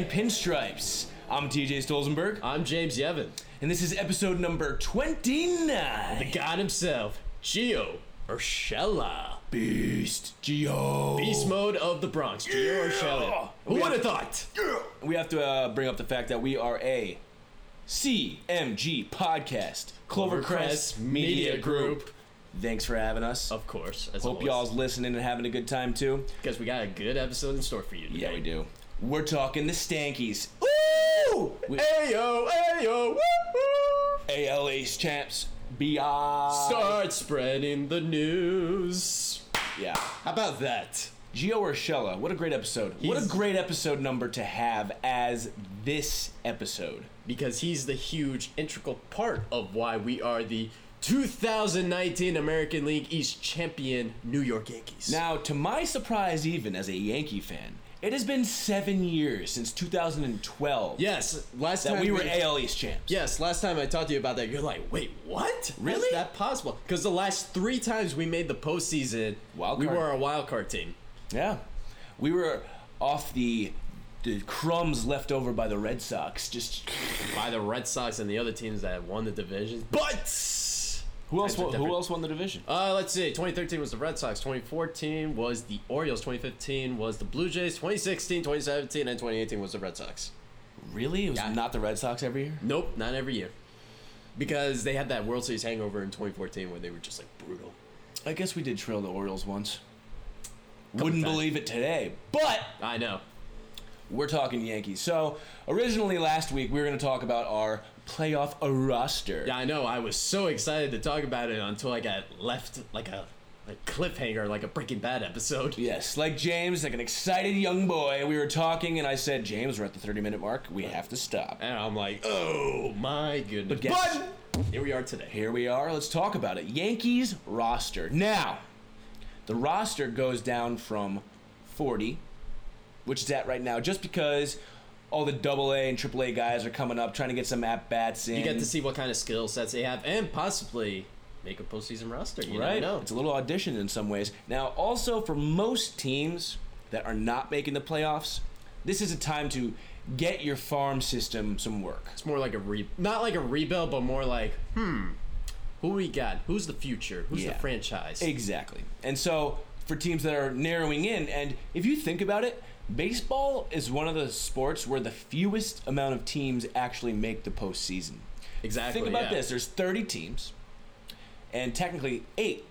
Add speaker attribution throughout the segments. Speaker 1: Pinstripes. I'm TJ Stolzenberg,
Speaker 2: I'm James Yevon,
Speaker 1: and this is episode number 29.
Speaker 2: the god himself, Geo Urshela.
Speaker 1: Beast Geo.
Speaker 2: Beast mode of the Bronx, Geo Urshela. Who would have thought?
Speaker 1: We have to uh, bring up the fact that we are a CMG podcast, Clovercrest Media Group. Thanks for having us.
Speaker 2: Of course, as
Speaker 1: Hope
Speaker 2: always.
Speaker 1: y'all's listening and having a good time too.
Speaker 2: because we got a good episode in store for you. Today.
Speaker 1: Yeah, we do. We're talking the Stankies. Woo! We-
Speaker 2: Ayo, ayo, woo, woo.
Speaker 1: AL Ace champs. BI.
Speaker 2: Start spreading the news.
Speaker 1: Yeah.
Speaker 2: How about that?
Speaker 1: Gio Urshela, what a great episode. what a
Speaker 2: He's-
Speaker 1: great episode number to have as this episode.
Speaker 2: Because he's the huge, integral part of why we are the 2019 American League East champion New York Yankees.
Speaker 1: Now, to my surprise, even as a Yankee fan, it has been seven years since 2012
Speaker 2: Yes, last
Speaker 1: that
Speaker 2: time
Speaker 1: we were AL East champs.
Speaker 2: Yes, last time I talked to you about that, you're like, wait, what?
Speaker 1: Really?
Speaker 2: Is that possible? Because the last three times we made the postseason,
Speaker 1: Wild
Speaker 2: we
Speaker 1: card.
Speaker 2: were a wild card team.
Speaker 1: Yeah. We were off the, the crumbs left over by the Red Sox. Just
Speaker 2: By the Red Sox and the other teams that had won the division. But
Speaker 1: who
Speaker 2: else won- who else
Speaker 1: won the division?
Speaker 2: uh, let's see, 2013 was the Red Sox, 2014 was the Orioles, 2015 was the Blue Jays, 2016, 2017, and 2018 was the Red Sox.
Speaker 1: Really? It was
Speaker 2: Yeah.
Speaker 1: not the Red Sox every year.
Speaker 2: Nope, not every year. Because they had that World Series hangover in 2014 where they were just like brutal.
Speaker 1: I guess we did trail the Orioles once. Wouldn't
Speaker 2: times.
Speaker 1: believe it today, but
Speaker 2: I know.
Speaker 1: We're talking Yankees. So originally last week we were going to talk about our playoff roster.
Speaker 2: Yeah, I know. I was so excited to talk about it until I got left like a like cliffhanger, like a Breaking Bad episode.
Speaker 1: Yes, like James, like an excited young boy, we were talking, and I said, "James, we're at the 30-minute mark. We have to stop."
Speaker 2: And I'm like, oh my goodness.
Speaker 1: But guess-
Speaker 2: But here we are today.
Speaker 1: Here we are. Let's talk about it. Yankees roster. Now, the roster goes down from 40, which it's at right now, just because all the Double A and Triple A guys are coming up, trying to get some at bats in.
Speaker 2: You get to see what kind of skill sets they have and possibly make a postseason roster. You
Speaker 1: Right.
Speaker 2: never know.
Speaker 1: It's a little audition in some ways. Now, also for most teams that are not making the playoffs, this is a time to get your farm system some work.
Speaker 2: It's more like a re not like a rebuild, but more like, hmm, who we got? Who's the future? Who's
Speaker 1: Yeah.
Speaker 2: the franchise?
Speaker 1: Exactly. And so for teams that are narrowing in, and if you think about it, baseball is one of the sports where the fewest amount of teams actually make the postseason.
Speaker 2: Exactly.
Speaker 1: Think about
Speaker 2: yeah.
Speaker 1: this: there's 30 teams, and technically eight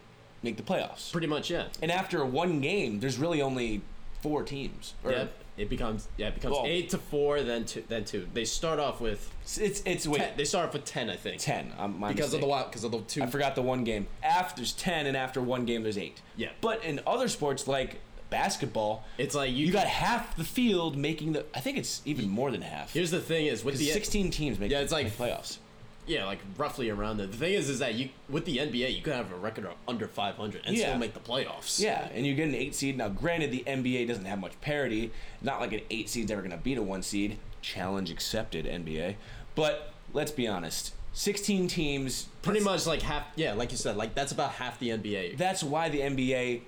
Speaker 1: make the playoffs.
Speaker 2: Pretty much, yeah.
Speaker 1: And after one game, there's really only four teams. Or
Speaker 2: Yep. It becomes yeah, it becomes
Speaker 1: Well-
Speaker 2: eight to four, then two then two. They start off with
Speaker 1: It's it's wait.
Speaker 2: Ten- They start off with ten, I think.
Speaker 1: 10. Um, my
Speaker 2: Because of the
Speaker 1: mistake.
Speaker 2: wild, because of the two.
Speaker 1: I forgot the one game. After there's 10 and after one game there's 8.
Speaker 2: Yeah.
Speaker 1: But in other sports like basketball,
Speaker 2: It's like you,
Speaker 1: you got half the field making the I think it's even more than half.
Speaker 2: Here's the thing: is with the
Speaker 1: 16 teams make
Speaker 2: Yeah, it's like-
Speaker 1: make playoffs.
Speaker 2: yeah, like roughly around there. The thing is, is that you with the NBA, you could have a record of under 500 and
Speaker 1: Yeah.
Speaker 2: still make the playoffs.
Speaker 1: Yeah, and you get an 8 seed. Now granted the NBA doesn't have much parity. Not like an 8 seed's ever going to beat a 1 seed. Challenge accepted NBA. But let's be honest. 16 teams
Speaker 2: pretty much like half. Yeah, like you said, like that's about half the NBA.
Speaker 1: That's why the NBA.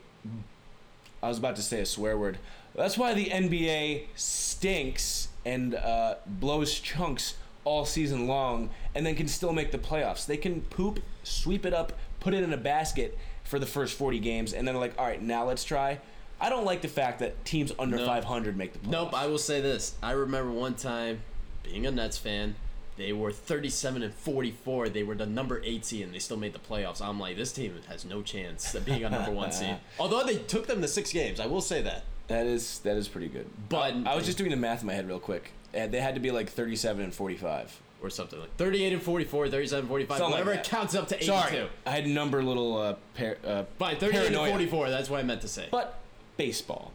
Speaker 1: I was about to say a swear word. That's why the NBA stinks and uh, blows chunks all season long, and then can still make the playoffs. They can poop, sweep it up, put it in a basket for the first 40 games, and then like, all right, now let's try. I don't like the fact that teams under 500 make the playoffs.
Speaker 2: Nope. I will say this: I remember one time being a Nets fan. They were 37 and 44. They were the number eight seed, and they still made the playoffs. I'm like, this team has no chance of being a number one seed. Although they took them to six games, I will say that.
Speaker 1: That is that is pretty good.
Speaker 2: But
Speaker 1: I was just doing the math in my head real quick. And They had to be like 37 and 45.
Speaker 2: or something like 38 and 44, 37 and 45,
Speaker 1: Something like
Speaker 2: whatever
Speaker 1: that.
Speaker 2: counts up to 82.
Speaker 1: Sorry, I had number little uh, par- uh,
Speaker 2: Fine, 38
Speaker 1: paranoia.
Speaker 2: and 44, that's what I meant to say.
Speaker 1: But baseball,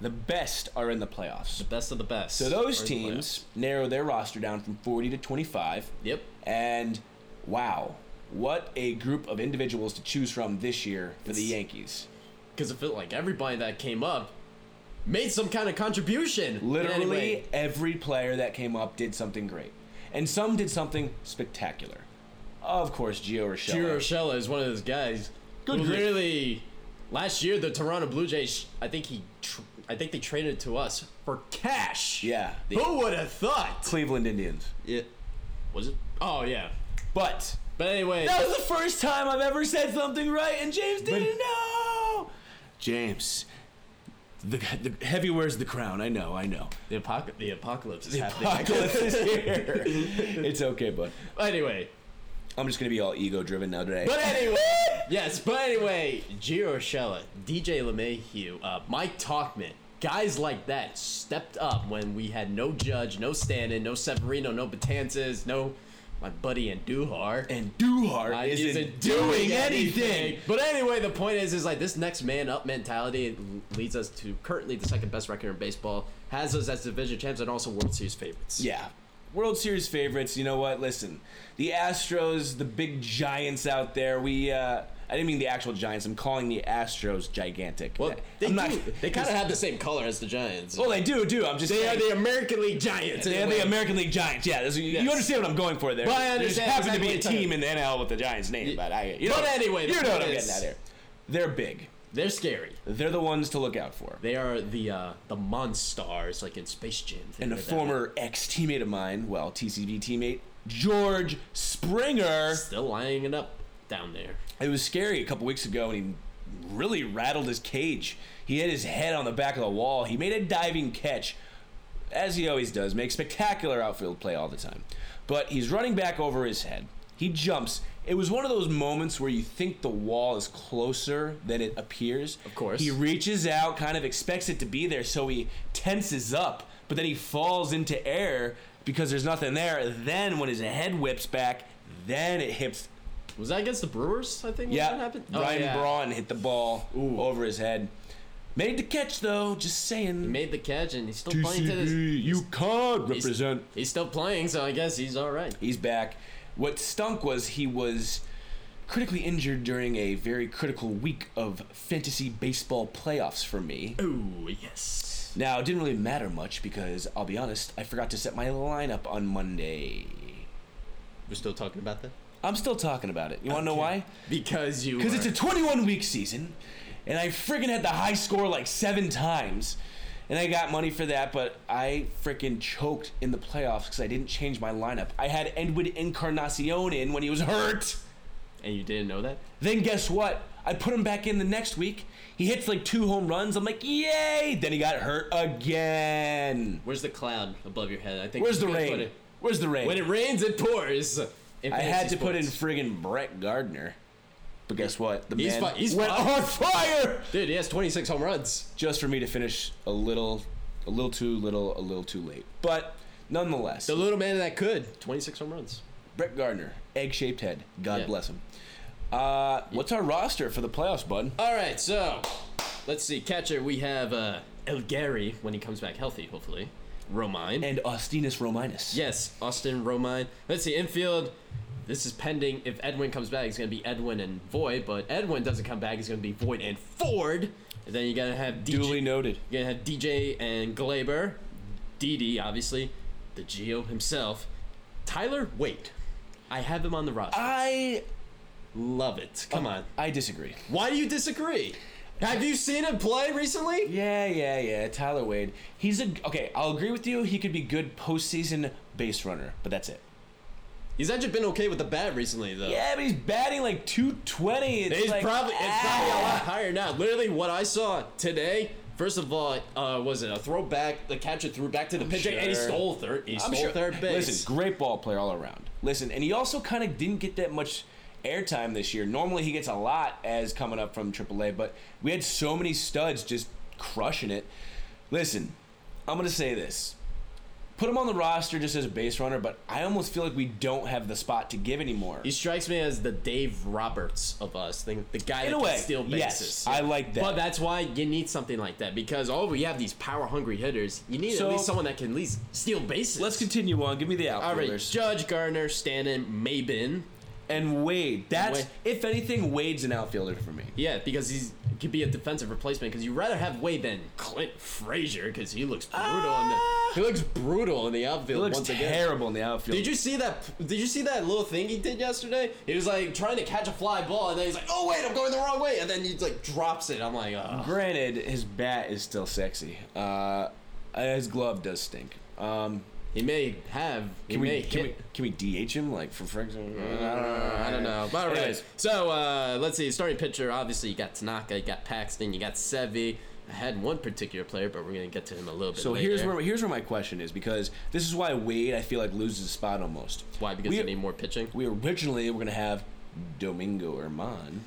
Speaker 1: the best are in the playoffs.
Speaker 2: best of the best.
Speaker 1: So those
Speaker 2: are in the
Speaker 1: teams narrow their roster down from 40 to 25.
Speaker 2: playoffs. Yep.
Speaker 1: And wow, what a group of individuals to choose from this year for the
Speaker 2: It's-
Speaker 1: Yankees.
Speaker 2: Because it felt like everybody that came up made some kind of contribution. in any
Speaker 1: Literally
Speaker 2: way.
Speaker 1: every player that came up did something great. And some did something spectacular. Of course, Gio Rochelle.
Speaker 2: Gio Urshela is one of those guys
Speaker 1: Good
Speaker 2: who
Speaker 1: grief.
Speaker 2: literally last year the Toronto Blue Jays I think he tr- I I think they traded it to us for cash.
Speaker 1: Yeah. The
Speaker 2: Who would have thought?
Speaker 1: Cleveland Indians.
Speaker 2: Yeah. Was it? Oh yeah.
Speaker 1: But
Speaker 2: But anyway,
Speaker 1: that was the first time I've ever said something right, and James didn't know. James, the, the heavy wears the crown. I know. I know.
Speaker 2: the, apoc- the apocalypse is
Speaker 1: The
Speaker 2: happening.
Speaker 1: apocalypse is here. it's okay, bud.
Speaker 2: anyway,
Speaker 1: I'm just gonna be all ego driven now today.
Speaker 2: But anyway, yes. But anyway, Gio Urshela, DJ LeMahieu, uh, Mike Talkman, guys like that stepped up when we had no Judge, no Stanton, no Severino, no Batanzas, no my buddy and Duhar.
Speaker 1: and Duhart
Speaker 2: I
Speaker 1: isn't, doing anything.
Speaker 2: But anyway, the point is, is like this next man up mentality leads us to currently the second best record in baseball, has us as division champs and also World Series favorites.
Speaker 1: Yeah. World Series favorites, you know what? Listen, the Astros, the big giants out there, we. Uh, I didn't mean the actual giants. I'm calling the Astros gigantic.
Speaker 2: Well, they
Speaker 1: I'm
Speaker 2: do.
Speaker 1: not-
Speaker 2: they kind of have the same color as the Giants.
Speaker 1: Well, they do, do. I'm just.
Speaker 2: They are
Speaker 1: saying-
Speaker 2: the American League Giants.
Speaker 1: They
Speaker 2: in
Speaker 1: are
Speaker 2: a
Speaker 1: the
Speaker 2: way.
Speaker 1: American League Giants. Yeah, that's- you- you
Speaker 2: Yes.
Speaker 1: understand what I'm going for there.
Speaker 2: But I
Speaker 1: There just
Speaker 2: understand
Speaker 1: happened to be a
Speaker 2: exactly what you're
Speaker 1: team in the NL with the Giants name,
Speaker 2: Ye-
Speaker 1: but I. You know,
Speaker 2: But anyway, the
Speaker 1: you know what I'm
Speaker 2: point is-
Speaker 1: getting at here. They're big.
Speaker 2: They're scary.
Speaker 1: They're the ones to look out for.
Speaker 2: They are the uh, the monstars, like in Space Jam. think
Speaker 1: And a
Speaker 2: of it that
Speaker 1: former ex teammate of mine, well, TCB teammate, George Springer.
Speaker 2: way. still lining it up down there.
Speaker 1: It was scary a couple weeks ago when he really rattled his cage. He hit his head on the back of the wall. He made a diving catch, as he always does, makes spectacular outfield play all the time. But he's running back over his head. He jumps. It was one of those moments where you think the wall is closer than it appears. Of
Speaker 2: course.
Speaker 1: He reaches out, kind of expects it to be there, so he tenses up, but then he falls into air because there's nothing there. Then when his head whips back, then it hits
Speaker 2: Was that against the Brewers? I think. when
Speaker 1: yeah,
Speaker 2: that happened. Oh,
Speaker 1: Ryan
Speaker 2: yeah.
Speaker 1: Braun hit the ball
Speaker 2: Ooh.
Speaker 1: over his head. Made the catch though. Just saying.
Speaker 2: made the catch, and he's still playing to this.
Speaker 1: TCB, you can't
Speaker 2: He's,
Speaker 1: represent.
Speaker 2: he's still playing, so I guess he's all right.
Speaker 1: He's back. What stunk was he was critically injured during a very critical week of fantasy baseball playoffs for me.
Speaker 2: Ooh, yes.
Speaker 1: Now it didn't really matter much because I'll be honest, I forgot to set my lineup on Monday.
Speaker 2: We're still talking about that
Speaker 1: I'm still talking about it. You want to know why?
Speaker 2: because you.
Speaker 1: Because it's
Speaker 2: were-
Speaker 1: a 21 week season, and I freaking had the high score like seven times. And I got money for that, but I freaking choked in the playoffs because I didn't change my lineup. I had Edwin Encarnacion in when he was hurt.
Speaker 2: and you didn't know that.
Speaker 1: Then guess what? I put him back in the next week. He hits like two home runs. I'm like, yay! Then he got hurt again.
Speaker 2: Where's the cloud above your head? I think.
Speaker 1: Where's the
Speaker 2: you put
Speaker 1: rain?
Speaker 2: it-
Speaker 1: Where's the
Speaker 2: When
Speaker 1: rain?
Speaker 2: it rains, it pours. In
Speaker 1: I had
Speaker 2: fantasy
Speaker 1: to put in
Speaker 2: sports.
Speaker 1: friggin' Brett Gardner. But guess what? The
Speaker 2: He's
Speaker 1: man
Speaker 2: fi- he's
Speaker 1: went
Speaker 2: fi-
Speaker 1: on fire!
Speaker 2: Dude, he has 26 home runs.
Speaker 1: just for me to finish a little, a little too little, a little too late. But nonetheless,
Speaker 2: The little man that could. 26 home runs.
Speaker 1: Brett Gardner, egg-shaped head. God
Speaker 2: Yeah.
Speaker 1: bless him. Uh, what's our roster for the playoffs, bud?
Speaker 2: All right, so let's see. Catcher, we have uh, El Gary when he comes back healthy, hopefully. Romine.
Speaker 1: And Austinus Rominus.
Speaker 2: yes, Austin Romine. Let's see, infield. This is pending. If Edwin comes back, it's going to be Edwin and Void, but Edwin doesn't come back, it's going to be Void and Ford. And then you're going to have DJ.
Speaker 1: duly noted.
Speaker 2: You're gonna have DJ and Glaber, DD obviously, the Geo himself, Tyler Wait. I have him on the
Speaker 1: Ah.
Speaker 2: roster.
Speaker 1: I,
Speaker 2: Love it. Come on.
Speaker 1: I disagree.
Speaker 2: Why do you disagree? Have you seen him play recently?
Speaker 1: Yeah, yeah, yeah. Tyler Wade. He's a okay. I'll agree with you. He could be good postseason base runner, but that's it.
Speaker 2: He's actually been okay with the bat recently though.
Speaker 1: Yeah, but he's batting like 220. It's
Speaker 2: He's
Speaker 1: like,
Speaker 2: probably it's probably a
Speaker 1: ah.
Speaker 2: lot higher now. Literally what I saw today. First of all, uh, was it a throwback? The catcher threw back to the pitcher, and he
Speaker 1: sure.
Speaker 2: stole third. He stole third base.
Speaker 1: Listen, great ball player all around. Listen, and he also kind of didn't get that much airtime this year. Normally he gets a lot as coming up from AAA, but we had so many studs just crushing it. Listen, I'm gonna say this. Put him on the roster just as a base runner, but I almost feel like we don't have the spot to give anymore.
Speaker 2: He strikes me as the Dave Roberts of us, the, the guy
Speaker 1: In
Speaker 2: that
Speaker 1: a way,
Speaker 2: can steal
Speaker 1: yes.
Speaker 2: bases.
Speaker 1: I like that.
Speaker 2: But that's why you need something like that because oh, we have these power-hungry hitters. You need
Speaker 1: So-
Speaker 2: at least someone that can at least steal bases.
Speaker 1: Let's continue on. Give me the
Speaker 2: All right,
Speaker 1: outfielders.
Speaker 2: Judge Garner, Stanton, Mabin.
Speaker 1: And Wade. That's
Speaker 2: Wade.
Speaker 1: if anything, Wade's an outfielder for me.
Speaker 2: Yeah, because he's he could be a defensive replacement because you'd rather have Wade than Clint Frazier because he looks brutal on the. He looks brutal in the outfield
Speaker 1: Ah. He looks
Speaker 2: once again.
Speaker 1: terrible in the outfield.
Speaker 2: Did you see that? Did you see that little thing he did yesterday? He was like trying to catch a fly ball, and then he's like, "Oh wait, I'm going the wrong way," and then he like drops it. I'm like, Ugh.
Speaker 1: Granted, his bat is still sexy. Uh, his glove does stink. Um,
Speaker 2: he may have. He
Speaker 1: can
Speaker 2: may
Speaker 1: we can, we
Speaker 2: hit.
Speaker 1: can we DH him like for Frank's? I don't Uh,
Speaker 2: I don't know. But all
Speaker 1: Anyways.
Speaker 2: right. So uh, let's see. Starting pitcher. Obviously, you got Tanaka, you got Paxton, you got Sevi. I had one particular player, but we're gonna get to him a little bit.
Speaker 1: So
Speaker 2: later.
Speaker 1: here's where here's where my question is because this is why Wade I feel like loses his spot almost.
Speaker 2: why because
Speaker 1: we,
Speaker 2: they need more pitching.
Speaker 1: we originally were gonna have Domingo Herman.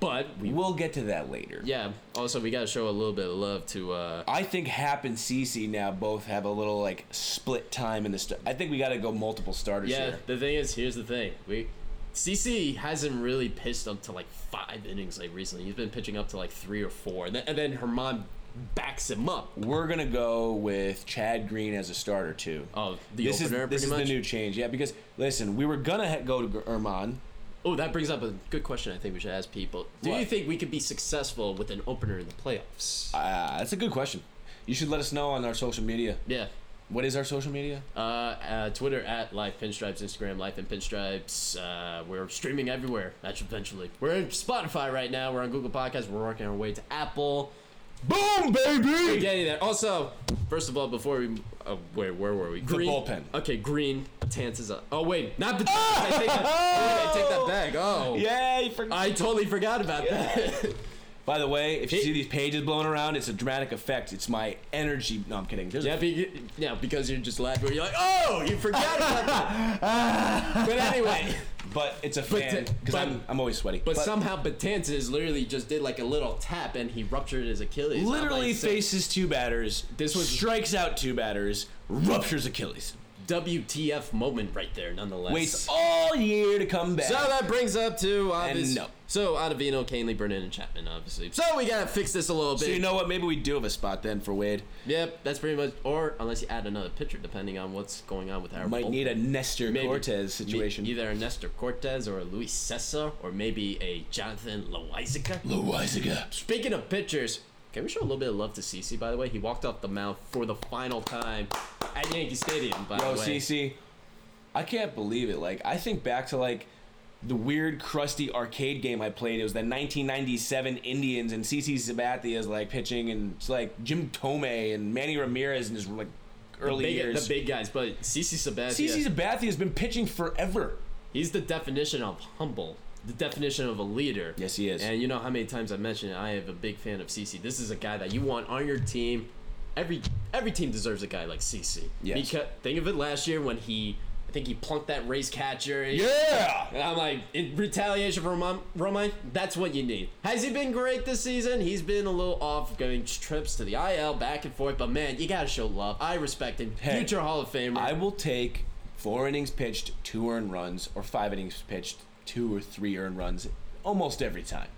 Speaker 2: But we
Speaker 1: We'll get to that later.
Speaker 2: yeah. Also, we gotta show a little bit of love to. Uh,
Speaker 1: I think Hap and CC now both have a little like split time in the. St- I think we got to go multiple starters
Speaker 2: yeah.
Speaker 1: here.
Speaker 2: The thing is, here's the thing. We CC hasn't really pitched up to like five innings like recently. He's been pitching up to like three or four, and then, and then Herman backs him up.
Speaker 1: We're gonna go with Chad Green as a starter too.
Speaker 2: Oh, the
Speaker 1: this
Speaker 2: opener
Speaker 1: is this
Speaker 2: pretty
Speaker 1: is
Speaker 2: much.
Speaker 1: the new change. Yeah, because listen, we were gonna ha- go to Gr- Herman.
Speaker 2: Oh, that brings up a good question. I think we should ask people. Do
Speaker 1: What?
Speaker 2: you think we could be successful with an opener in the playoffs?
Speaker 1: Uh, that's a good question. You should let us know on our social media.
Speaker 2: yeah.
Speaker 1: What is our social media?
Speaker 2: Uh, uh, Twitter at Life Pinstripes, Instagram Life and Pinstripes. Uh, we're streaming everywhere. That's eventually. We're in Spotify right now. We're on Google Podcasts. We're working our way to Apple.
Speaker 1: Boom,
Speaker 2: We're
Speaker 1: baby!
Speaker 2: getting there. Also, first of all, before we, uh, wait, where were we? Green.
Speaker 1: bullpen.
Speaker 2: Okay, Green. Tances up. Oh wait, not the. I take that. Oh, I take that back. Oh.
Speaker 1: Yay! For-
Speaker 2: I totally forgot about that.
Speaker 1: Uh, By the way, if you see these pages blowing around, it's a dramatic effect. It's my energy. No, I'm kidding. There's a-
Speaker 2: Yeah, be, yeah, because you're just laughing. You're like, oh, you forgot about that. but anyway,
Speaker 1: but it's a fan
Speaker 2: t-
Speaker 1: because
Speaker 2: but-
Speaker 1: I'm, I'm always sweaty.
Speaker 2: but, somehow Batanzas literally just did like a little tap and he ruptured his Achilles. I'm
Speaker 1: literally
Speaker 2: like, so
Speaker 1: faces two batters. This
Speaker 2: This
Speaker 1: one
Speaker 2: was-
Speaker 1: strikes out two batters, ruptures Achilles,
Speaker 2: WTF moment right there, nonetheless.
Speaker 1: waits all year to come back.
Speaker 2: so that brings up to obvious.
Speaker 1: no.
Speaker 2: So Ottavino, Canley, Brennan, and Chapman, obviously. So we gotta fix this a little bit.
Speaker 1: So you know what? Maybe we do have a spot then for Wade.
Speaker 2: Yep, that's pretty much. Or unless you add another pitcher, depending on what's going on with our
Speaker 1: Might
Speaker 2: bullpen.
Speaker 1: need a Nestor
Speaker 2: Maybe.
Speaker 1: Cortez
Speaker 2: Me-
Speaker 1: situation.
Speaker 2: Either a Nestor Cortez or a Luis Sessa or maybe a Jonathan Loizica.
Speaker 1: Loizaga.
Speaker 2: Speaking of pitchers, can we show a little bit of love to CC? By the way, he walked off the mound for the final time at Yankee Stadium. By
Speaker 1: Yo,
Speaker 2: the way,
Speaker 1: CC, Oh, I can't believe it. Like, I think back to like the weird, crusty arcade game I played. It was the 1997 Indians, and CC Sabathia is like pitching, and it's like Jim Tomei and Manny Ramirez in his like early
Speaker 2: big,
Speaker 1: years.
Speaker 2: the big guys, but CC
Speaker 1: CC
Speaker 2: Sabathia,
Speaker 1: Sabathia has been pitching forever.
Speaker 2: he's the definition of humble, the definition of a leader.
Speaker 1: Yes, he is.
Speaker 2: And you know how many times I mentioned it, I am a big fan of CC. This is a guy that you want on your team. Every every team deserves a guy like CC.
Speaker 1: Yes.
Speaker 2: Because think of it last year when he, I think he plunked that race catcher.
Speaker 1: Yeah.
Speaker 2: And I'm like, in retaliation for Roman, Roman, that's what you need. Has he been great this season? He's been a little off, going trips to the IL, back and forth. But man, you gotta show love. I respect him.
Speaker 1: Hey,
Speaker 2: Future Hall of Famer.
Speaker 1: I will take four innings pitched, two earned runs, or five innings pitched, two or three earned runs almost every time.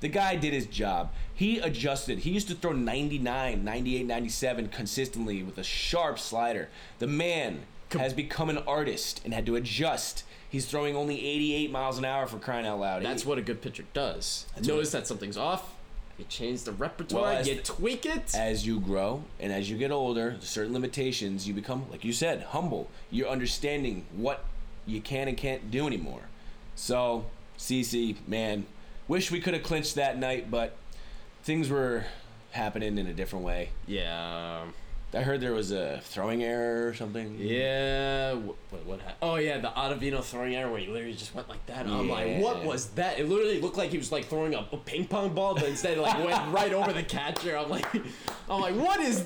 Speaker 1: The guy did his job. He adjusted. He used to throw 99, 98, 97 consistently with a sharp slider. The man has become an artist and had to adjust. He's throwing only 88 miles an hour for crying out loud.
Speaker 2: that's
Speaker 1: He-
Speaker 2: what a good pitcher does. Notice that something's off. You change the repertoire.
Speaker 1: Well, as
Speaker 2: you
Speaker 1: the-
Speaker 2: tweak it.
Speaker 1: as you grow and as you get older, there's certain limitations, you become, like you said, humble. You're understanding what you can and can't do anymore. So, CC, man, wish we could have clinched that night, but things were happening in a different way.
Speaker 2: yeah.
Speaker 1: I heard there was a throwing error or something.
Speaker 2: Yeah. What, what happened? Oh yeah, the Ottavino throwing error where he literally just went like that. I'm like, what
Speaker 1: Yeah.
Speaker 2: was that? It literally looked like he was like throwing a, a ping pong ball, but instead it, like went right over the catcher. I'm like, I'm like, what is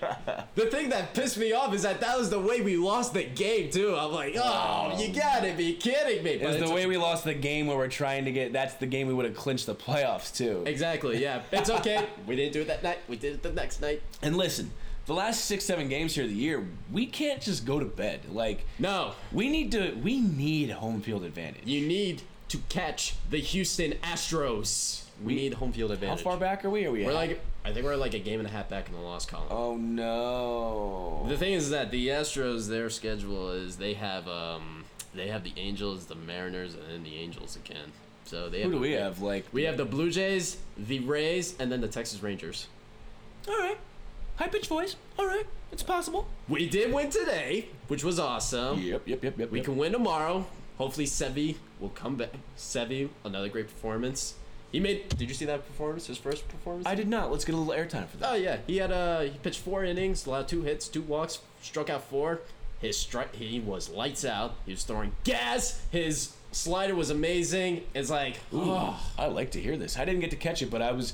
Speaker 2: that? The thing that pissed me off is that that was the way we lost the game too. I'm like, oh, you gotta be kidding me. But
Speaker 1: It's the
Speaker 2: it's-
Speaker 1: way we lost the game where we're trying to get. That's the game we would have clinched the playoffs too.
Speaker 2: Exactly. Yeah. It's okay. we didn't do it that night. We did it the next night.
Speaker 1: And listen, the last six, seven games here of the year, we can't just go to bed. Like
Speaker 2: No.
Speaker 1: we need to. We need home field advantage.
Speaker 2: You need to catch the Houston Astros. We need home field
Speaker 1: How
Speaker 2: advantage.
Speaker 1: far back are we? Are we?
Speaker 2: We're
Speaker 1: at-
Speaker 2: like, I think we're like a game and a half back in the loss column.
Speaker 1: oh no.
Speaker 2: The thing is that the Astros, their schedule is they have um they have the Angels, the Mariners, and then the Angels again. So they
Speaker 1: Who
Speaker 2: have,
Speaker 1: do we have? Like
Speaker 2: We have the Blue Jays, the Rays, and then the Texas Rangers.
Speaker 1: All right. high pitched voice. All right, it's possible.
Speaker 2: We did win today, which was awesome.
Speaker 1: Yep, yep, yep, yep.
Speaker 2: We can win tomorrow. Hopefully, Sevi will come back. Sevi, another great performance. He made. Did you see that performance? His first performance.
Speaker 1: I did not. Let's get a little airtime for that.
Speaker 2: Oh yeah, he had uh he pitched four innings, allowed two hits, two walks, struck out four. His strike he was lights out. He was throwing gas. His slider was amazing. It's like oh,
Speaker 1: I like to hear this. I didn't get to catch it, but I was,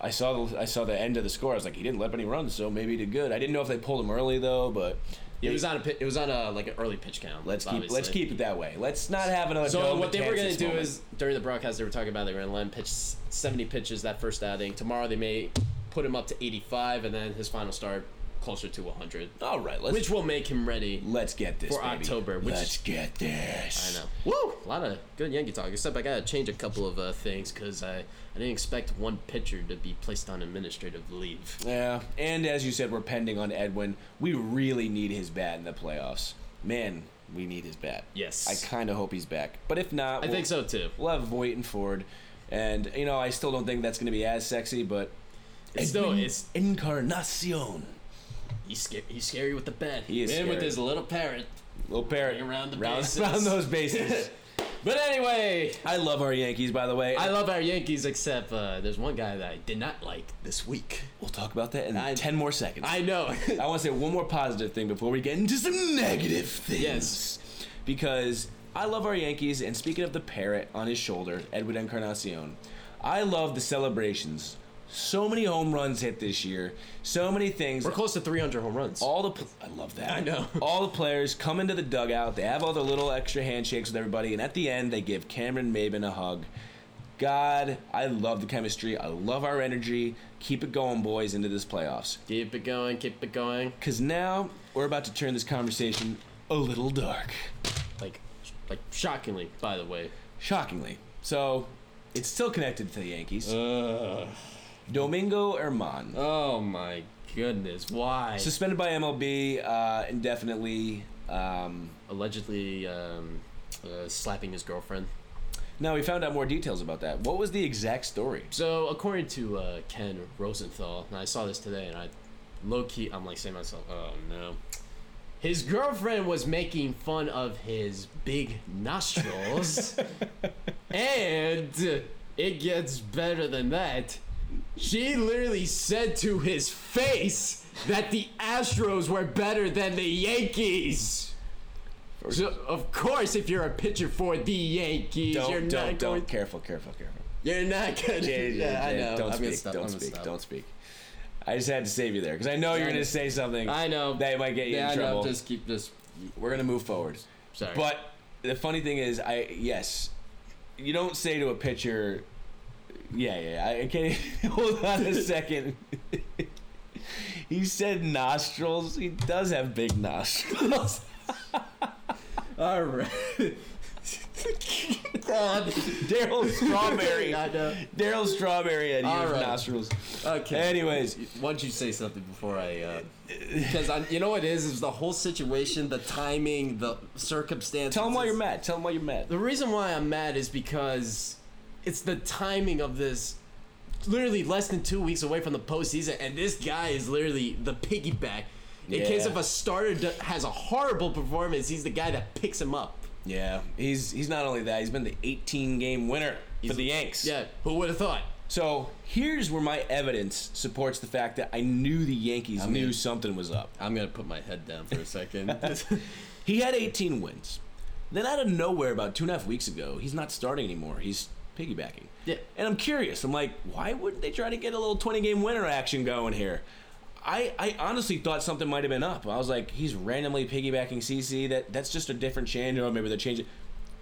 Speaker 1: I saw the I saw the end of the score. I was like, he didn't let up any runs, so maybe he did good. I didn't know if they pulled him early though, but
Speaker 2: it was on a pi- it was on a like an early pitch count.
Speaker 1: let's keep let's
Speaker 2: obviously.
Speaker 1: keep it that way. Let's not have another.
Speaker 2: So
Speaker 1: Dome
Speaker 2: what they were
Speaker 1: Kansas
Speaker 2: gonna do
Speaker 1: moment.
Speaker 2: is during the broadcast they were talking about they were gonna let him pitch s- seventy pitches that first outing. Tomorrow they may put him up to eighty five and then his final start closer to hundred,
Speaker 1: all right. Let's
Speaker 2: which will make him ready.
Speaker 1: let's get this
Speaker 2: for
Speaker 1: baby.
Speaker 2: October, which-
Speaker 1: let's get
Speaker 2: I
Speaker 1: this.
Speaker 2: know. Woo! A lot of good Yankee talk. Except I gotta change a couple of uh, things because I, I didn't expect one pitcher to be placed on administrative leave.
Speaker 1: Yeah, and as you said, we're pending on Edwin. We really need his bat in the playoffs. Man, we need his bat.
Speaker 2: Yes.
Speaker 1: I kind of hope he's back, but if not,
Speaker 2: I think so too.
Speaker 1: We'll have Voight and Ford, and you know I still don't think that's going to be as sexy, but
Speaker 2: It's still,
Speaker 1: Edwin
Speaker 2: it's
Speaker 1: Encarnacion,
Speaker 2: he's scary. He's scary with the bat.
Speaker 1: He is
Speaker 2: And with
Speaker 1: scary.
Speaker 2: his little parrot.
Speaker 1: little parrot
Speaker 2: Going around the
Speaker 1: round,
Speaker 2: bases.
Speaker 1: round those bases.
Speaker 2: But anyway,
Speaker 1: I love our Yankees, by the way.
Speaker 2: I love our Yankees. Except uh, there's one guy that I did not like this week.
Speaker 1: we'll talk about that in
Speaker 2: I-
Speaker 1: ten more seconds.
Speaker 2: I know.
Speaker 1: I want to say one more positive thing before we get into some negative things.
Speaker 2: Yes.
Speaker 1: Because I love our Yankees, and speaking of the parrot on his shoulder, Edwin Encarnacion, I love the celebrations. So many home runs hit this year. So many things.
Speaker 2: we're close to 300 home runs.
Speaker 1: all the pl- I love that.
Speaker 2: I know.
Speaker 1: All the players come into the dugout. They have all their little extra handshakes with everybody, and at the end, they give Cameron Maben a hug. God, I love the chemistry. I love our energy. Keep it going, boys, into this playoffs.
Speaker 2: keep it going. Keep it going.
Speaker 1: Because now we're about to turn this conversation a little dark.
Speaker 2: Like, like shockingly, by the way.
Speaker 1: Shockingly. So, it's still connected to the Yankees. Domingo Herman.
Speaker 2: Oh my goodness! Why?
Speaker 1: Suspended by MLB uh, indefinitely. Um,
Speaker 2: allegedly um, uh, slapping his girlfriend.
Speaker 1: now, we found out more details about that. What was the exact story?
Speaker 2: So according to uh, Ken Rosenthal, and I saw this today, and I low key I'm like saying to myself, oh no. His girlfriend was making fun of his big nostrils, and it gets better than that. She literally said to his face that the Astros were better than the Yankees. So of course, if you're a pitcher for the Yankees,
Speaker 1: Don't,
Speaker 2: you're
Speaker 1: don't,
Speaker 2: not
Speaker 1: don't.
Speaker 2: going
Speaker 1: Careful, careful, careful.
Speaker 2: you're not gonna.
Speaker 1: Don't speak, don't speak, don't speak. I just had to save you there because I know you're
Speaker 2: I
Speaker 1: going to
Speaker 2: know.
Speaker 1: say something
Speaker 2: I know.
Speaker 1: that might get you
Speaker 2: yeah,
Speaker 1: in
Speaker 2: I
Speaker 1: trouble.
Speaker 2: know. Just keep this.
Speaker 1: We're going to move forward.
Speaker 2: Sorry.
Speaker 1: But the funny thing is, I yes, you don't say to a pitcher, yeah, yeah. yeah, I can't. Hold on a second. he said nostrils. He does have big nostrils.
Speaker 2: all right. God.
Speaker 1: Daryl Strawberry.
Speaker 2: I know.
Speaker 1: Daryl Strawberry had
Speaker 2: All
Speaker 1: huge
Speaker 2: right.
Speaker 1: nostrils.
Speaker 2: Okay.
Speaker 1: Anyways,
Speaker 2: Why don't you say something before I? Uh, because I, you know what it is is the whole situation, the timing, the circumstances.
Speaker 1: tell him why you're mad. Tell him why you're mad.
Speaker 2: The reason why I'm mad is because it's the timing of this. Literally less than two weeks away from the postseason, and this guy is literally the piggyback. In case
Speaker 1: Yeah.
Speaker 2: if a starter do- has a horrible performance, he's the guy that picks him up.
Speaker 1: Yeah, he's he's not only that. He's been the 18 game winner for the Yanks.
Speaker 2: Yeah, who would have thought?
Speaker 1: So here's where my evidence supports the fact that I knew the Yankees knew
Speaker 2: mean-
Speaker 1: something was up.
Speaker 2: I'm gonna put my head down for a second.
Speaker 1: He had 18 wins. Then out of nowhere, about two and a half weeks ago, he's not starting anymore. He's piggybacking.
Speaker 2: Yeah.
Speaker 1: And I'm curious. I'm like, why wouldn't they try to get a little 20 game winner action going here? I, I honestly thought something might have been up. I was like, he's randomly piggybacking CC. That that's just a different change, or maybe they're changing.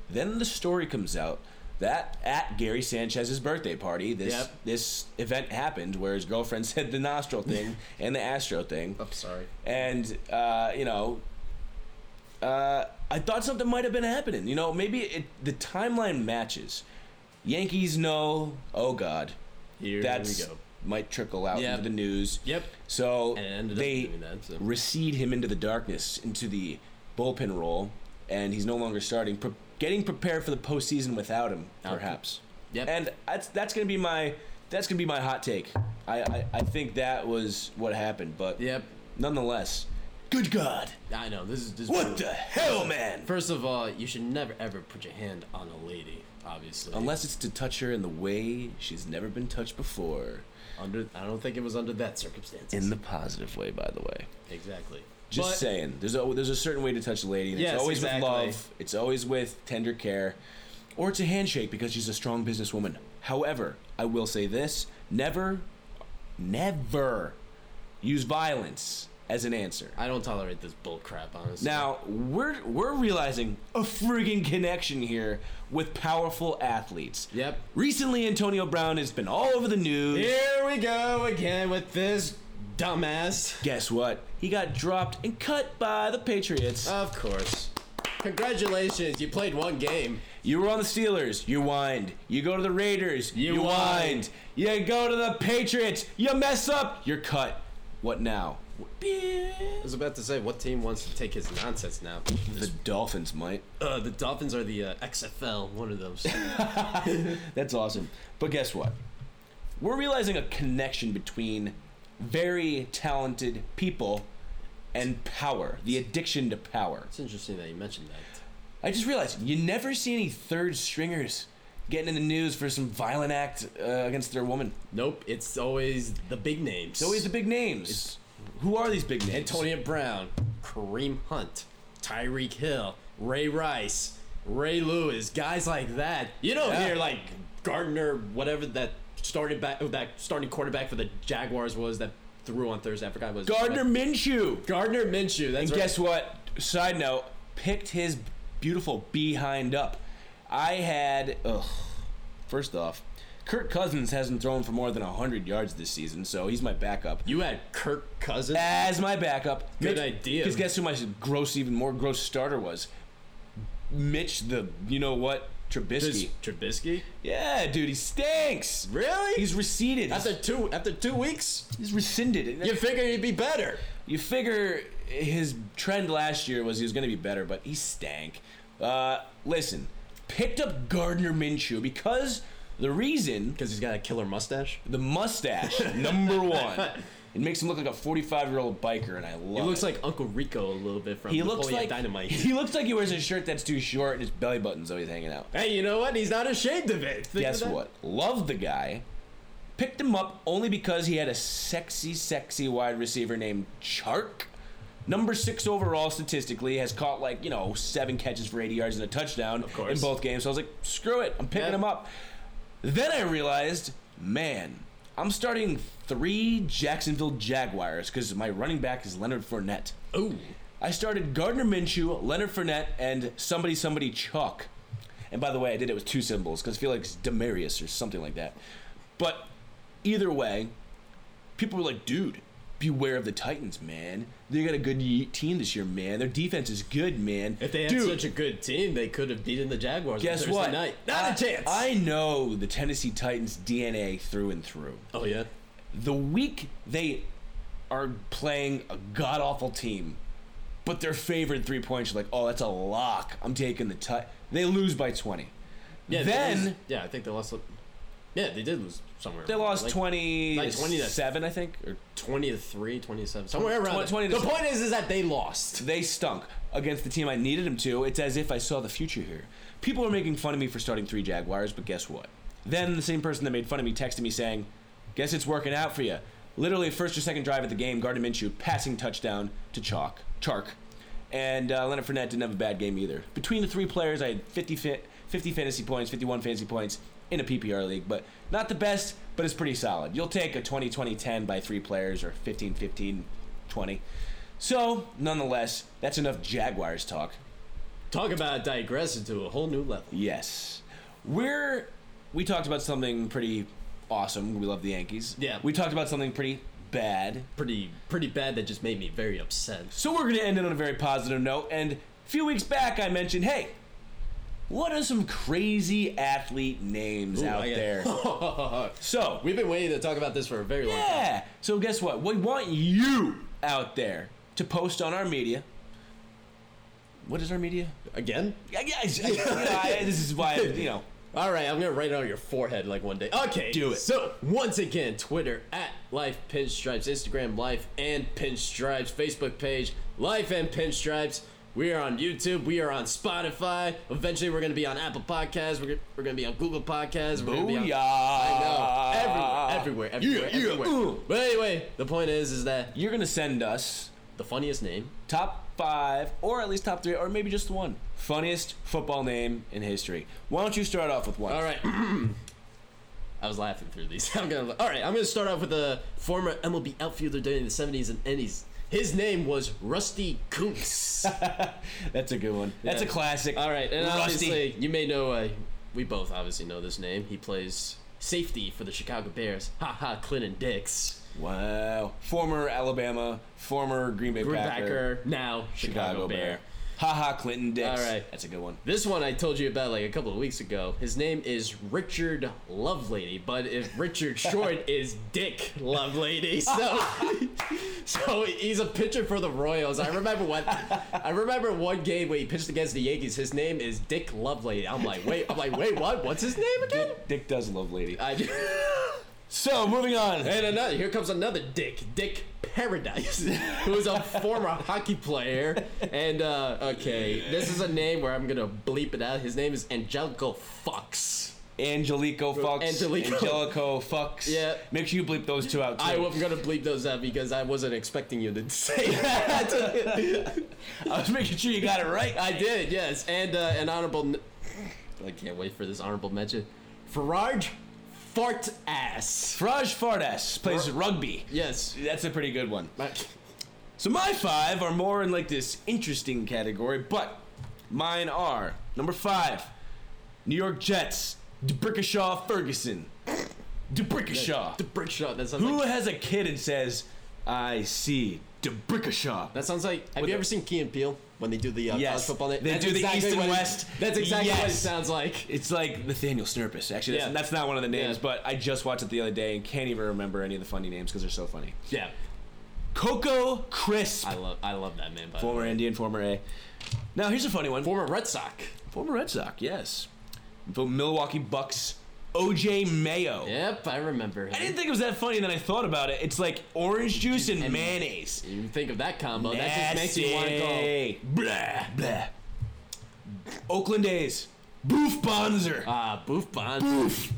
Speaker 1: Then the story comes out that at Gary Sanchez's birthday party, this
Speaker 2: Yep.
Speaker 1: this event happened where his girlfriend said the nostril thing and the Astro thing
Speaker 2: I'm sorry.
Speaker 1: and uh, you know, uh, I thought something might have been happening. You know, maybe it, the timeline matches. Yankees know. Oh God,
Speaker 2: Here
Speaker 1: that's
Speaker 2: we go.
Speaker 1: might trickle out
Speaker 2: Yep.
Speaker 1: into the news.
Speaker 2: Yep.
Speaker 1: So
Speaker 2: And it ended
Speaker 1: they
Speaker 2: up doing that. So.
Speaker 1: recede him into the darkness, into the bullpen role, and he's no longer starting. Pre- getting prepared for the postseason without him,
Speaker 2: Okay.
Speaker 1: perhaps.
Speaker 2: Yep.
Speaker 1: And that's that's gonna be my that's gonna be my hot take. I, I, I think that was what happened, but
Speaker 2: Yep.
Speaker 1: nonetheless, good God,
Speaker 2: I know. This is this. is
Speaker 1: what
Speaker 2: brutal.
Speaker 1: the hell, man?
Speaker 2: First of all, you should never ever put your hand on a lady, obviously.
Speaker 1: Unless it's to touch her in the way she's never been touched before,
Speaker 2: under, I don't think it was under that circumstance.
Speaker 1: in the positive way, by the way.
Speaker 2: exactly.
Speaker 1: Just
Speaker 2: But-
Speaker 1: saying, there's a, there's a certain way to touch a lady. And
Speaker 2: Yes,
Speaker 1: it's always
Speaker 2: exactly.
Speaker 1: with love. It's always with tender care, or it's a handshake because she's a strong businesswoman. However, I will say this: never, never use violence as an answer.
Speaker 2: I don't tolerate this bull crap, honestly.
Speaker 1: Now we're we're realizing a friggin' connection here with powerful athletes.
Speaker 2: Yep.
Speaker 1: Recently, Antonio Brown has been all over the news.
Speaker 2: Here we go again with this dumbass.
Speaker 1: Guess what? He got dropped and cut by the Patriots.
Speaker 2: Of course. Congratulations, you played one game.
Speaker 1: You were on the Steelers, you whined. You go to the Raiders,
Speaker 2: You
Speaker 1: you, whined.
Speaker 2: whined.
Speaker 1: You go to the Patriots, you mess up, you're cut. What now?
Speaker 2: I was about to say, what team wants to take his nonsense now?
Speaker 1: The Dolphins might.
Speaker 2: Uh, the Dolphins are the uh, XFL, one of those.
Speaker 1: That's awesome. But guess what? We're realizing a connection between very talented people and power, the addiction to power.
Speaker 2: it's interesting that you mentioned that.
Speaker 1: I just realized you never see any third stringers getting in the news for some violent act uh, against their woman.
Speaker 2: Nope, it's always the big names.
Speaker 1: It's always the big names. Who are these big names?
Speaker 2: Antonio Brown, Kareem Hunt, Tyreek Hill, Ray Rice, Ray Lewis, guys like that. You don't
Speaker 1: Yeah.
Speaker 2: hear like Gardner, whatever that started back that starting quarterback for the Jaguars was that threw on Thursday. I forgot what it was
Speaker 1: Gardner Minshew.
Speaker 2: Gardner Minshew. That's
Speaker 1: And
Speaker 2: right.
Speaker 1: guess what? Side note, picked his beautiful behind up. I had, ugh, first off, Kirk Cousins hasn't thrown for more than 100 yards this season, so he's my backup.
Speaker 2: you had Kirk Cousins.
Speaker 1: As my backup.
Speaker 2: Good idea.
Speaker 1: Because guess who my gross, even more gross starter was? Mitch the, you know what,
Speaker 2: This-
Speaker 1: Trubisky.
Speaker 2: Trubisky.
Speaker 1: Yeah, dude, he stinks.
Speaker 2: Really?
Speaker 1: He's receded.
Speaker 2: after two after two weeks,
Speaker 1: He's rescinded.
Speaker 2: you figure he'd be better.
Speaker 1: You figure his trend last year was he was going to be better, but he stank. Uh, listen, picked up Gardner Minshew because the reason
Speaker 2: Because he's got a killer mustache.
Speaker 1: the mustache number one. It makes him look like a 45 year old biker, and I love.
Speaker 2: He looks
Speaker 1: it.
Speaker 2: like Uncle Rico a little bit from
Speaker 1: he looks
Speaker 2: Napoleon
Speaker 1: like
Speaker 2: Dynamite.
Speaker 1: He looks like he wears a shirt that's too short, and his belly button's always hanging out.
Speaker 2: Hey, you know what? He's not ashamed of it. Think
Speaker 1: Guess
Speaker 2: of that.
Speaker 1: what? Love the guy. Picked him up only because he had a sexy, sexy wide receiver named Chark. Number six overall statistically has caught like, you know, seven catches for 80 yards and a touchdown
Speaker 2: course.
Speaker 1: in both games. So I was like, screw it, I'm picking
Speaker 2: Yeah.
Speaker 1: him up. Then I realized, man, I'm starting three Jacksonville Jaguars because my running back is Leonard Fournette.
Speaker 2: Ooh.
Speaker 1: I started Gardner Minshew, Leonard Fournette, and somebody somebody Chuck. And by the way, I did it with two symbols because I feel like it's Demarius or something like that. But either way, people were like, "Dude, beware of the Titans, man. They got a good ye- team this year, man. Their defense is good, man."
Speaker 2: If they had
Speaker 1: Dude,
Speaker 2: such a good team, they could have beaten the Jaguars. on
Speaker 1: guess
Speaker 2: Thursday
Speaker 1: what?
Speaker 2: Night. Not a
Speaker 1: I-
Speaker 2: chance.
Speaker 1: I know the Tennessee Titans DNA through and through.
Speaker 2: oh yeah.
Speaker 1: the week they are playing a god awful team, but they're favored three points, you're like, oh, that's a lock. I'm taking the tie. They lose by 20.
Speaker 2: Yeah. they
Speaker 1: then
Speaker 2: lose- yeah, I think they lost. Yeah, they did lose somewhere.
Speaker 1: they lost
Speaker 2: Like
Speaker 1: 20,
Speaker 2: like 20 to-
Speaker 1: 7, I think. Or
Speaker 2: 20 to three, 20 to seven, somewhere around.
Speaker 1: 20
Speaker 2: there.
Speaker 1: to
Speaker 2: the point is, is that they lost.
Speaker 1: they stunk against the team I needed them to. It's as if I saw the future here. People were making fun of me for starting three Jaguars, but guess what? Then the same person that made fun of me texted me saying, guess it's working out for you. Literally, first or second drive of the game, Gardner Minshew passing touchdown to Chalk, Chark. And uh, Leonard Fournette didn't have a bad game either. Between the three players, I had 50, fa- 50 fantasy points, 51 fantasy points in a PPR league, but not the best, but it's pretty solid. You'll take a 20 20 10 by three players or 15 15 20. So, nonetheless, that's enough Jaguars talk.
Speaker 2: Talk about digressing to a whole new level.
Speaker 1: Yes. We're we talked about something pretty awesome. We love the Yankees.
Speaker 2: Yeah.
Speaker 1: We talked about something pretty bad.
Speaker 2: Pretty, pretty bad. That just made me very upset.
Speaker 1: So we're going to end it on a very positive note and a few weeks back I mentioned, "Hey, what are some crazy athlete names out
Speaker 2: I-
Speaker 1: there?" so,
Speaker 2: We've been waiting to talk about this for a very long time.
Speaker 1: Yeah. So guess what? We want you out there to post on our media. What is our media?
Speaker 2: Again?
Speaker 1: Yeah, yeah, I- I- you know, I- this is why you know
Speaker 2: All right, I'm gonna write it on your forehead like one day. Okay,
Speaker 1: Do it.
Speaker 2: So once again, Twitter at Life Pinstripes, Instagram Life and Pinstripes, Facebook page Life and Pinstripes. We are on YouTube. We are on Spotify. Eventually, we're gonna be on Apple Podcasts. We're gonna, we're gonna be on Google Podcasts. We're gonna be on
Speaker 1: Booyah.
Speaker 2: I know everywhere, everywhere, everywhere,
Speaker 1: Yeah, yeah, Uh.
Speaker 2: everywhere.
Speaker 1: ooh.
Speaker 2: But anyway, the point is, is that
Speaker 1: You're gonna send us
Speaker 2: the funniest name
Speaker 1: top five, or at least top three, or maybe just one funniest football name in history. Why don't you start off with one?
Speaker 2: All right. I was laughing through these. I'm gonna. All right. I'm gonna start off with a former MLB outfielder during the '70s and '80s. His name was Rusty Koontz.
Speaker 1: That's a good one. That's
Speaker 2: Yeah.
Speaker 1: a classic.
Speaker 2: All right, and
Speaker 1: Rusty.
Speaker 2: obviously you may know. Uh, we both obviously know this name. He plays safety for the Chicago Bears. Ha ha. Clinton Dix,
Speaker 1: Wow. Former Alabama, former Green Bay Packer,
Speaker 2: Greenbacker, now Chicago,
Speaker 1: Chicago
Speaker 2: Bear.
Speaker 1: Bear. Haha, Clinton Dix.
Speaker 2: All right.
Speaker 1: That's a good one.
Speaker 2: This one I told you about like a couple of weeks ago. His name is Richard Lovelady, but if Richard Short is Dick Lovelady, so so he's a pitcher for the Royals. I remember one I remember one game where he pitched against the Yankees. His name is Dick Lovelady. I'm like, wait, I'm like, wait, what? What's his name again?
Speaker 1: Dick, Dick does love lady.
Speaker 2: Uh, I,
Speaker 1: So moving on.
Speaker 2: and another here comes another Dick, Dick Paradise, who is a former hockey player. And uh, okay, this is a name where I'm gonna bleep it out. His name is Angelico Fox.
Speaker 1: Angelico Fox.
Speaker 2: Angelico.
Speaker 1: Angelico Fox.
Speaker 2: Yeah.
Speaker 1: Make sure you bleep those two out too.
Speaker 2: I am gonna bleep those out because I wasn't expecting you to say that.
Speaker 1: I was making sure you got it right.
Speaker 2: I did, yes. And uh, an honorable. n- I can't wait for this honorable mention. Farage Fart Ass.
Speaker 1: Fraj Fardas plays
Speaker 2: Fr-
Speaker 1: rugby.
Speaker 2: Yes.
Speaker 1: That's a pretty good one.
Speaker 2: My-
Speaker 1: So my five are more in like this interesting category, but mine are number five, New York Jets, DeBrickashaw Ferguson.
Speaker 2: The
Speaker 1: DeBrickashaw.
Speaker 2: brick shot. That sounds
Speaker 1: Who
Speaker 2: like.
Speaker 1: has a kid and says, I see DeBrickashaw?
Speaker 2: That sounds like. Have
Speaker 1: With
Speaker 2: you
Speaker 1: the-
Speaker 2: ever seen Key and Peele when they do the uh,
Speaker 1: Yes.
Speaker 2: college football? night?
Speaker 1: They
Speaker 2: That's
Speaker 1: do the East and
Speaker 2: what it-
Speaker 1: West.
Speaker 2: that's exactly what it
Speaker 1: Yes.
Speaker 2: sounds like.
Speaker 1: It's like Nathaniel Snurpis. Actually, that's,
Speaker 2: Yeah.
Speaker 1: that's not one of the names,
Speaker 2: Yeah.
Speaker 1: but I just watched it the other day and can't even remember any of the funny names because they're so funny.
Speaker 2: Yeah.
Speaker 1: Coco Crisp.
Speaker 2: I love. I love that man. By former,
Speaker 1: Former Indian, former A. Now, here's a funny one.
Speaker 2: former Red Sox.
Speaker 1: Former Red Sox, yes. The Milwaukee Bucks, OJ Mayo.
Speaker 2: Yep, I remember. Him.
Speaker 1: I didn't think it was that funny, and then I thought about it. It's like orange juice and
Speaker 2: and-
Speaker 1: mayonnaise.
Speaker 2: You think of that combo. That just makes you want to go.
Speaker 1: Nasty. Blah, blah. Oakland A's, Boof Bonzer.
Speaker 2: Ah, boof bonds. Boof.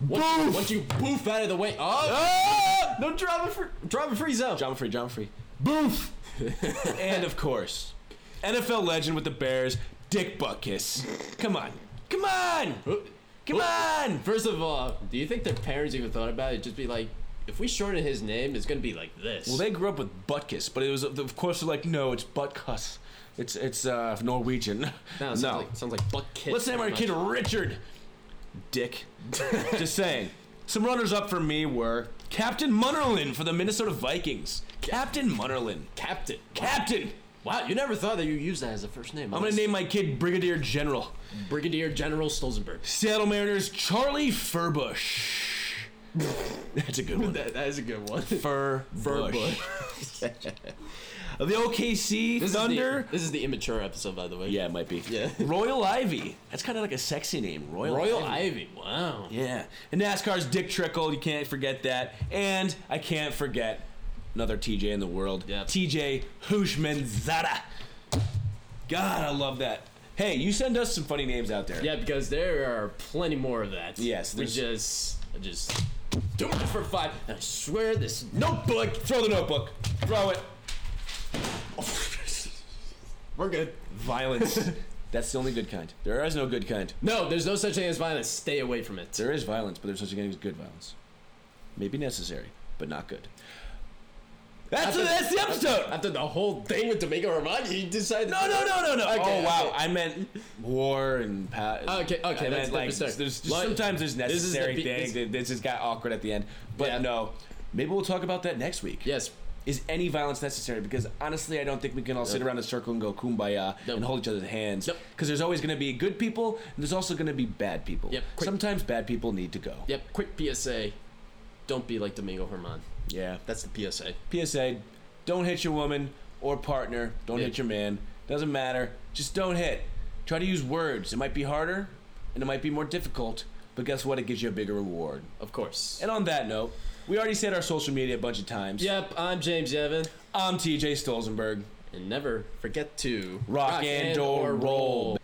Speaker 1: Boof.
Speaker 2: Once you boof out of the way. Oh,
Speaker 1: Ah!
Speaker 2: no drama for drama free zone.
Speaker 1: John Free, John Free. Boof! and of course, NFL legend with the Bears, Dick Butkus. Come on. Come on! Come on!
Speaker 2: First of all, do you think their parents even thought about it? Just be like, if we shorten his name, it's gonna be like this.
Speaker 1: Well, they grew up with Butkus, but it was of course they're like no, it's Butkus. It's it's uh, Norwegian.
Speaker 2: no,
Speaker 1: No,
Speaker 2: it sounds like sounds like Buck Kid.
Speaker 1: let's name our
Speaker 2: pretty
Speaker 1: kid
Speaker 2: much.
Speaker 1: Richard. Dick. Just saying. Some runners up for me were Captain Munnerlin for the Minnesota Vikings. Captain Munnerlin.
Speaker 2: Captain.
Speaker 1: Captain.
Speaker 2: Wow, you never thought that you used that as a first name.
Speaker 1: I'm gonna name my kid Brigadier General.
Speaker 2: Brigadier General Stolzenberg.
Speaker 1: Seattle Mariners Charlie Furbush. That's a good one.
Speaker 2: That, that is a good one.
Speaker 1: Furbush. The OKC
Speaker 2: This is the-
Speaker 1: Thunder.
Speaker 2: this is the immature episode, by the way.
Speaker 1: Yeah, it might be.
Speaker 2: Yeah.
Speaker 1: Royal Ivy. That's kind of like a sexy name. Royal.
Speaker 2: Royal
Speaker 1: Ivy.
Speaker 2: Ivy. Wow.
Speaker 1: Yeah. And NASCAR's Dick Trickle. You can't forget that. And I can't forget another TJ in the world.
Speaker 2: Yep.
Speaker 1: TJ Hushmanzada. God, I love that. Hey, you send us some funny names out there.
Speaker 2: Yeah, because there are plenty more of that.
Speaker 1: Yes,
Speaker 2: we
Speaker 1: there's-
Speaker 2: just I just do it for five. And I swear this.
Speaker 1: Notebook. Throw the notebook. Throw it.
Speaker 2: We're good.
Speaker 1: Violence. That's the only good kind. There is no good kind.
Speaker 2: No, there's no such thing as violence. Stay away from it.
Speaker 1: There is violence, but there's such a thing as good violence. Maybe necessary, but not good. That's,
Speaker 2: After-
Speaker 1: that's the episode.
Speaker 2: After the whole thing with Domingo Armani, you decided.
Speaker 1: No, no, no, no, no.
Speaker 2: Okay,
Speaker 1: oh wow,
Speaker 2: okay.
Speaker 1: I meant war and pa-
Speaker 2: Okay, okay,
Speaker 1: I
Speaker 2: that's
Speaker 1: meant, like,
Speaker 2: different stuff.
Speaker 1: there's just,
Speaker 2: Like,
Speaker 1: sometimes there's
Speaker 2: this is the
Speaker 1: necessary
Speaker 2: be-
Speaker 1: things.
Speaker 2: this-
Speaker 1: This, just got awkward at the end, but
Speaker 2: Yeah.
Speaker 1: no. Maybe we'll talk about that next week.
Speaker 2: Yes.
Speaker 1: Is any violence necessary? Because honestly, I don't think we can all sit around in a circle and go kumbaya
Speaker 2: Nope.
Speaker 1: and hold each other's hands.
Speaker 2: Nope.
Speaker 1: Because there's always going to be good people, and there's also going to be bad people.
Speaker 2: Yep, quick.
Speaker 1: Sometimes bad people need to go.
Speaker 2: Yep. Quick PSA. Don't be like Domingo Herman.
Speaker 1: Yeah.
Speaker 2: That's the PSA.
Speaker 1: PSA: Don't hit your woman or partner. Don't
Speaker 2: Yeah.
Speaker 1: hit your man. Doesn't matter. Just don't hit. Try to use words. It might be harder, and it might be more difficult, but guess what? It gives you a bigger reward.
Speaker 2: Of course.
Speaker 1: And on that note, we already said our social media a bunch of times.
Speaker 2: Yep, I'm James Yevon.
Speaker 1: I'm TJ Stolzenberg.
Speaker 2: And never forget to
Speaker 1: Rock and or roll,